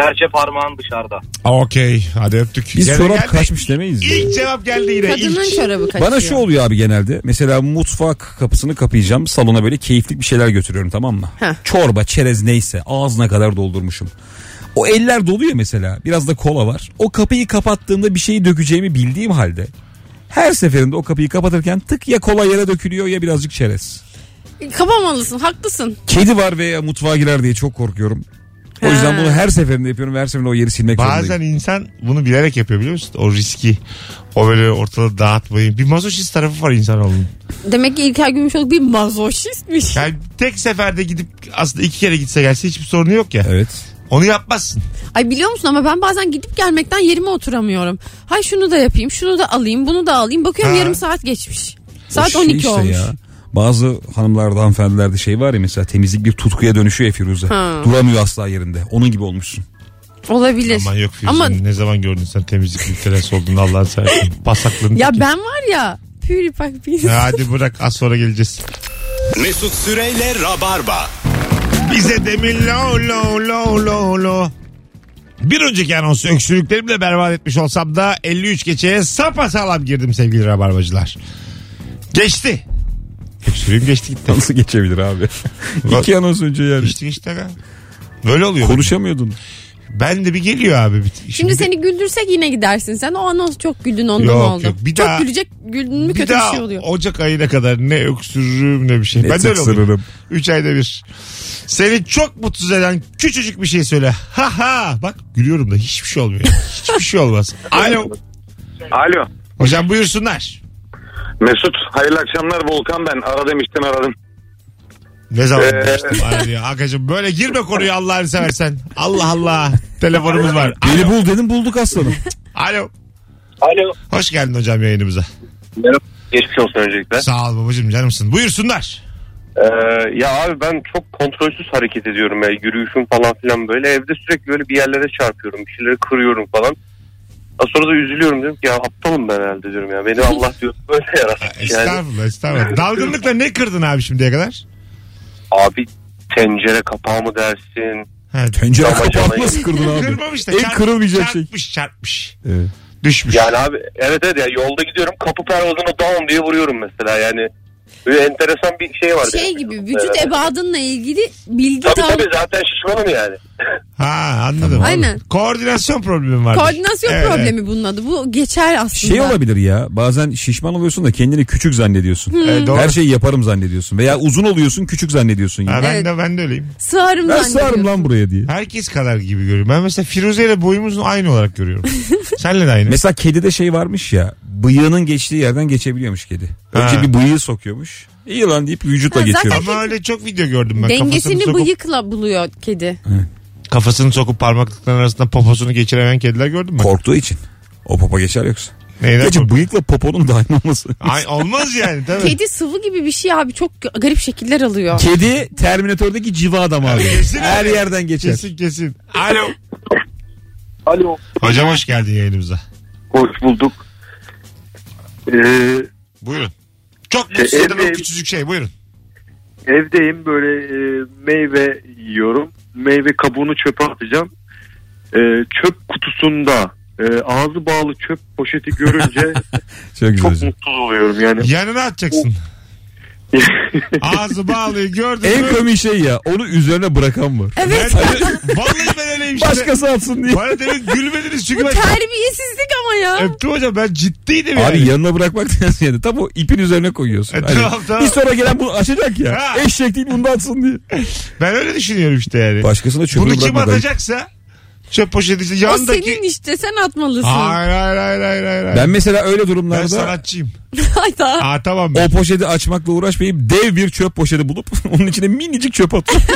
Speaker 5: Serçe parmağın dışarıda.
Speaker 2: Okey. Hadi öptük.
Speaker 4: Biz
Speaker 2: Gene
Speaker 4: çorap
Speaker 2: geldi.
Speaker 4: kaçmış demeyiz. ya.
Speaker 2: İlk cevap geldi yine.
Speaker 3: Kadının
Speaker 2: ilk.
Speaker 3: çorabı kaçıyor.
Speaker 4: Bana şu oluyor abi genelde. Mesela mutfak kapısını kapayacağım. Salona böyle keyiflik bir şeyler götürüyorum tamam mı?
Speaker 3: Heh.
Speaker 4: Çorba, çerez neyse ağzına kadar doldurmuşum. O eller doluyor mesela. Biraz da kola var. O kapıyı kapattığımda bir şeyi dökeceğimi bildiğim halde her seferinde o kapıyı kapatırken tık ya kola yere dökülüyor ya birazcık çerez.
Speaker 3: Kapamalısın haklısın.
Speaker 4: Kedi var ve mutfağa girer diye çok korkuyorum. O yüzden
Speaker 3: Ha.
Speaker 4: bunu her seferinde yapıyorum ve her seferinde o yeri silmek
Speaker 2: Bazen
Speaker 4: zorundayım.
Speaker 2: insan bunu bilerek yapıyor biliyor musun? O riski. O böyle ortalığı dağıtmayı. Bir mazoşist tarafı var insanoğlunun.
Speaker 3: Demek ki İlker Gümüşoluk bir mazoşistmiş.
Speaker 2: Yani tek seferde gidip aslında iki kere gitse gelse hiçbir sorunu yok ya.
Speaker 4: Evet.
Speaker 2: Onu yapmazsın.
Speaker 3: Ay biliyor musun ama ben bazen gidip gelmekten yerime oturamıyorum. Hay şunu da yapayım, şunu da alayım, bunu da alayım. Bakıyorum
Speaker 2: Ha.
Speaker 3: yarım saat geçmiş. Saat
Speaker 4: Şey
Speaker 3: 12
Speaker 4: işte
Speaker 3: olmuş.
Speaker 4: ya. Bazı hanımlarda hanımefendilerde şey var ya mesela temizlik bir tutkuya dönüşüyor ya Firuze.
Speaker 3: Ha.
Speaker 4: Duramıyor asla yerinde. Onun gibi olmuşsun.
Speaker 3: Olabilir.
Speaker 2: Aman yok Firuze.
Speaker 3: Ama
Speaker 2: Ne zaman gördün sen temizlik ülkelesi olduğunu Allah'ın seversen. Pasaklığını.
Speaker 3: ya
Speaker 2: tut.
Speaker 3: ben var ya püripak bir
Speaker 2: Ya Hadi bırak az sonra geleceğiz.
Speaker 1: Mesut Süreyle Rabarba.
Speaker 2: Bize demin lo lo lo lo lo. Bir önceki anonsu öksürüklerimle berbat etmiş olsam da 53 geçeye sapasağlam girdim sevgili rabarbacılar. Geçti. Öksürüğüm geçti gitti.
Speaker 4: Nasıl geçebilir abi? İki anons önce yani.
Speaker 2: geçti geçti. aga. Böyle oluyor.
Speaker 4: Konuşamıyordun.
Speaker 2: Ben de bir geliyor abi. bir- Şimdi,
Speaker 3: Şimdi seni güldürsek yine gidersin sen. O anons çok güldün ondan
Speaker 2: Yok,
Speaker 3: oldu.
Speaker 2: yok. Bir
Speaker 3: çok
Speaker 2: daha-
Speaker 3: gülecek güldün mü
Speaker 2: bir
Speaker 3: kötü
Speaker 2: daha
Speaker 3: bir şey oluyor.
Speaker 2: Ocak ayına kadar ne öksürürüm ne bir şey.
Speaker 4: Ne
Speaker 2: ben de öyle oluyorum.
Speaker 4: tıksırırım.
Speaker 2: 3 ayda bir. Seni çok mutsuz eden küçücük bir şey söyle. Ha ha. Bak gülüyorum da hiçbir şey olmuyor. Hiçbir şey olmaz. Alo.
Speaker 6: Alo.
Speaker 2: Hocam buyursunlar.
Speaker 6: Mesut hayırlı akşamlar Volkan ben. Ara demiştin aradım.
Speaker 2: Ne zaman
Speaker 6: Ee,
Speaker 2: demiştim bana diyor. Akacım böyle girme konuya Allah'ını seversen. Allah Allah. Telefonumuz var.
Speaker 4: Beni bul dedim bulduk aslanım.
Speaker 2: Alo.
Speaker 6: Alo.
Speaker 2: Hoş geldin hocam yayınımıza.
Speaker 6: Merhaba. Geçmiş olsun öncelikle.
Speaker 2: Sağ ol babacığım canımsın. Buyursunlar.
Speaker 6: Ee, ya abi ben çok kontrolsüz hareket ediyorum. ya yürüyüşüm falan filan böyle. Evde sürekli böyle bir yerlere çarpıyorum. Bir şeyleri kırıyorum falan. Daha Sonra da üzülüyorum diyorum ki ya aptalım ben herhalde diyorum ya. Beni Allah diyor böyle yaratmış yani.
Speaker 2: Estağfurullah estağfurullah. Dalgınlıkla ne kırdın abi şimdiye kadar?
Speaker 6: Abi tencere kapağı mı dersin?
Speaker 2: Ha,
Speaker 4: Pencere
Speaker 6: Tamam,
Speaker 4: kapağı
Speaker 6: canım.
Speaker 4: nasıl kırdın abi?
Speaker 2: kırmamış da
Speaker 4: En
Speaker 2: çarp-
Speaker 4: kırılmayacak şey.
Speaker 2: çarpmış çarpmış.
Speaker 4: Evet.
Speaker 2: Düşmüş.
Speaker 6: Yani abi evet evet ya yolda gidiyorum kapı pervazına down diye vuruyorum mesela yani. Böyle enteresan bir şey var.
Speaker 3: Şey
Speaker 6: benim.
Speaker 3: gibi vücut ebadınla ilgili bilgi
Speaker 6: Tabii
Speaker 3: tam
Speaker 6: tabii zaten şişmanım yani.
Speaker 2: Ha anladım.
Speaker 3: Aynen.
Speaker 2: Koordinasyon problemi var.
Speaker 3: koordinasyon
Speaker 2: Evet,
Speaker 3: problemi bunun adı. Bu geçer aslında.
Speaker 4: Şey olabilir ya bazen şişman oluyorsun da kendini küçük zannediyorsun.
Speaker 3: Hmm.
Speaker 2: Evet, E, doğru.
Speaker 4: Her şey- şeyi yaparım zannediyorsun. Veya uzun oluyorsun küçük zannediyorsun. Yani.
Speaker 2: Ha, ben,
Speaker 3: Evet.
Speaker 2: de, ben de öyleyim.
Speaker 3: Sığarım
Speaker 4: Ben
Speaker 3: zannediyorum.
Speaker 4: sığarım lan buraya diye.
Speaker 2: Herkes kadar gibi görüyorum. Ben mesela Firuze ile boyumuzun aynı olarak görüyorum. Senle de aynı.
Speaker 4: Mesela kedide şey varmış ya bıyığının geçtiği yerden geçebiliyormuş kedi. Önce
Speaker 2: Ha.
Speaker 4: bir bıyığı sokuyormuş. İyi lan deyip vücutla
Speaker 3: Ha, zaten-
Speaker 4: geçiyor.
Speaker 2: Ama öyle çok video gördüm ben.
Speaker 3: Dengesini
Speaker 2: kafasını sokup,
Speaker 3: bıyıkla buluyor kedi.
Speaker 2: kafasını sokup parmaklıkların arasından poposunu geçiremeyen kediler gördün mü?
Speaker 4: Korktuğu için. O popa geçer yoksa.
Speaker 2: Neyden
Speaker 4: Gerçi
Speaker 2: kork-
Speaker 4: bıyıkla poponun da aynı olması.
Speaker 2: Ay, olmaz yani tabii.
Speaker 3: Kedi sıvı gibi bir şey abi çok garip şekiller alıyor.
Speaker 4: Kedi Terminator'daki civa adam abi.
Speaker 2: Kesin
Speaker 4: Her
Speaker 2: öyle.
Speaker 4: yerden geçer.
Speaker 2: Kesin kesin. Alo.
Speaker 9: Alo.
Speaker 2: Hocam hoş geldin yayınımıza.
Speaker 9: Hoş bulduk. Ee,
Speaker 2: Buyurun. Çok mutsuz
Speaker 9: Şey,
Speaker 2: eden o
Speaker 9: evdeyim.
Speaker 2: küçücük şey buyurun.
Speaker 9: Evdeyim böyle e, meyve yiyorum. Meyve kabuğunu çöpe atacağım. E, çöp kutusunda e, ağzı bağlı çöp poşeti görünce
Speaker 4: Çok
Speaker 9: çok
Speaker 4: güzel.
Speaker 9: mutsuz oluyorum yani.
Speaker 2: Yanına atacaksın. Ağzı bağlıyı gördün mü?
Speaker 4: En komik şey ya onu üzerine bırakan var.
Speaker 2: Ben,
Speaker 3: Evet.
Speaker 2: vallahi ben öyleyim E, işte.
Speaker 4: Başkası atsın diye.
Speaker 2: Bana demin gülmediniz çünkü
Speaker 3: Bu
Speaker 2: ben
Speaker 3: terbiyesizlik ama ya.
Speaker 2: öptüm hocam ben ciddiydim yani.
Speaker 4: Abi yanına bırakmak da yani. Tam o ipin üzerine koyuyorsun.
Speaker 2: E,
Speaker 4: Hani
Speaker 2: tamam, tamam.
Speaker 4: Bir sonra gelen bunu açacak ya.
Speaker 2: Ha.
Speaker 4: Eşek değil bunu da atsın diye.
Speaker 2: Ben öyle düşünüyorum işte yani.
Speaker 4: Başkasına
Speaker 9: şey
Speaker 4: çöpünü
Speaker 2: E, Bunu kim
Speaker 4: bırakma. Ben.
Speaker 2: atacaksa çöp poşeti
Speaker 3: O
Speaker 2: yandaki...
Speaker 3: senin işte sen atmalısın.
Speaker 2: Hayır hayır hayır hayır. hayır. Ben,
Speaker 4: ben mesela öyle durumlarda
Speaker 2: sanatçıyım.
Speaker 3: Hayda.
Speaker 2: Aa tamam. ben.
Speaker 4: o poşeti açmakla uğraşmayıp dev bir çöp poşeti bulup onun içine minicik çöp atıyorum.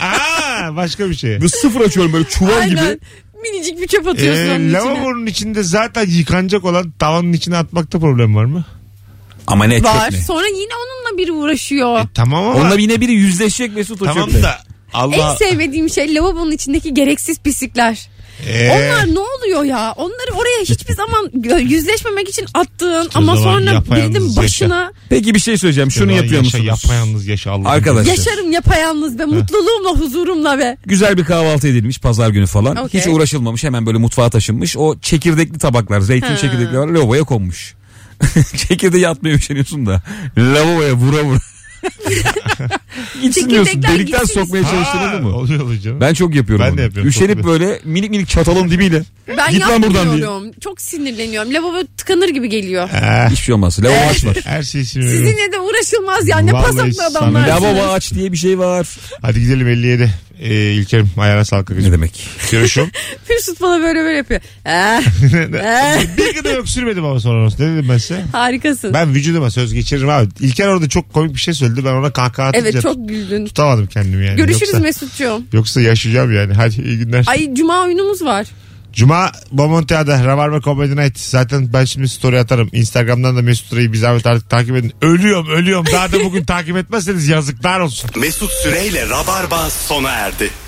Speaker 2: Aa başka bir şey.
Speaker 4: Böyle sıfır açıyorum böyle çuval gibi.
Speaker 3: Aynen. Minicik bir çöp atıyorsun onun
Speaker 2: Ee,
Speaker 3: içine.
Speaker 2: lavabonun içinde zaten yıkanacak olan tavanın içine atmakta problem var mı?
Speaker 4: Ama ne
Speaker 3: Var.
Speaker 4: çöp ne?
Speaker 3: Sonra yine onunla biri uğraşıyor.
Speaker 2: E, tamam ama.
Speaker 4: Onunla yine biri yüzleşecek Mesut o
Speaker 2: tamam
Speaker 4: çöple.
Speaker 2: da.
Speaker 3: En
Speaker 2: Allah.
Speaker 3: sevmediğim şey lavabonun içindeki gereksiz pislikler.
Speaker 2: Ee,
Speaker 3: Onlar ne oluyor ya? Onları oraya hiçbir zaman gö- yüzleşmemek için attığın
Speaker 2: o
Speaker 3: ama
Speaker 2: zaman
Speaker 3: sonra
Speaker 2: yapayalnız
Speaker 3: birinin
Speaker 2: yaşa.
Speaker 3: başına
Speaker 4: Peki bir şey söyleyeceğim. Şunu
Speaker 2: Ulan
Speaker 4: yapıyor
Speaker 2: yaşa,
Speaker 4: musunuz?
Speaker 2: Yapayalnız yaşa Allah'ım.
Speaker 4: Arkadaş. Yaşa.
Speaker 3: yaşarım yapayalnız ve mutluluğumla huzurumla ve
Speaker 4: Güzel bir kahvaltı edilmiş pazar günü falan.
Speaker 3: Okey.
Speaker 4: Hiç uğraşılmamış hemen böyle mutfağa taşınmış. O çekirdekli tabaklar, zeytin
Speaker 3: Ha.
Speaker 4: çekirdekli var lavaboya konmuş. Çekirdeği atmaya üşeniyorsun da lavaboya vura vura. Gitsin diyorsun.
Speaker 3: Çekirdekler
Speaker 4: Delikten
Speaker 3: gitsin.
Speaker 4: sokmaya çalıştırılır
Speaker 2: Aa,
Speaker 4: mı?
Speaker 2: Oluyor oluyor canım.
Speaker 4: Ben çok yapıyorum
Speaker 2: Ben de
Speaker 4: onu.
Speaker 2: yapıyorum, çok
Speaker 4: Üşenip
Speaker 2: oluyor.
Speaker 4: böyle minik minik çatalın dibiyle.
Speaker 3: ben
Speaker 4: Git lan buradan diye.
Speaker 3: yapmıyorum. Çok sinirleniyorum. Lavabo tıkanır gibi geliyor.
Speaker 2: Ee,
Speaker 4: Hiçbir şey olmaz. Lavabo aç var.
Speaker 2: her şeyi sinirleniyorum.
Speaker 3: Sizinle de uğraşılmaz yani. Ne
Speaker 2: Vallahi
Speaker 3: pasaklı
Speaker 2: sana-
Speaker 3: adamlarsınız.
Speaker 4: Lavabo aç diye bir şey var.
Speaker 2: Hadi gidelim 57. Ee, İlker'im ayağına sağlık.
Speaker 4: Ne
Speaker 2: kızım.
Speaker 4: demek?
Speaker 2: Görüşüm.
Speaker 3: Mesut bana böyle böyle yapıyor. Eh, eh,
Speaker 2: bir kadar öksürmedim ama sonra onu. Ne dedim ben size?
Speaker 3: harikasın.
Speaker 2: Ben vücuduma söz geçiririm abi. İlker orada çok komik bir şey söyledi. Ben ona kahkaha atınca
Speaker 3: evet çok güldün.
Speaker 2: tutamadım kendimi yani.
Speaker 3: Görüşürüz
Speaker 2: yoksa,
Speaker 3: Mesut'cuğum.
Speaker 2: yoksa yaşayacağım yani. Hadi iyi günler.
Speaker 3: Ay cuma oyunumuz var.
Speaker 2: Cuma Bomontia'da Rabarba Comedy Night. Zaten ben şimdi story atarım. Instagram'dan da Mesut Süreyi bir zahmet artık takip edin. Ölüyorum ölüyorum. Daha da bugün takip etmezseniz yazıklar olsun.
Speaker 1: Mesut Süreyle Rabarba sona erdi.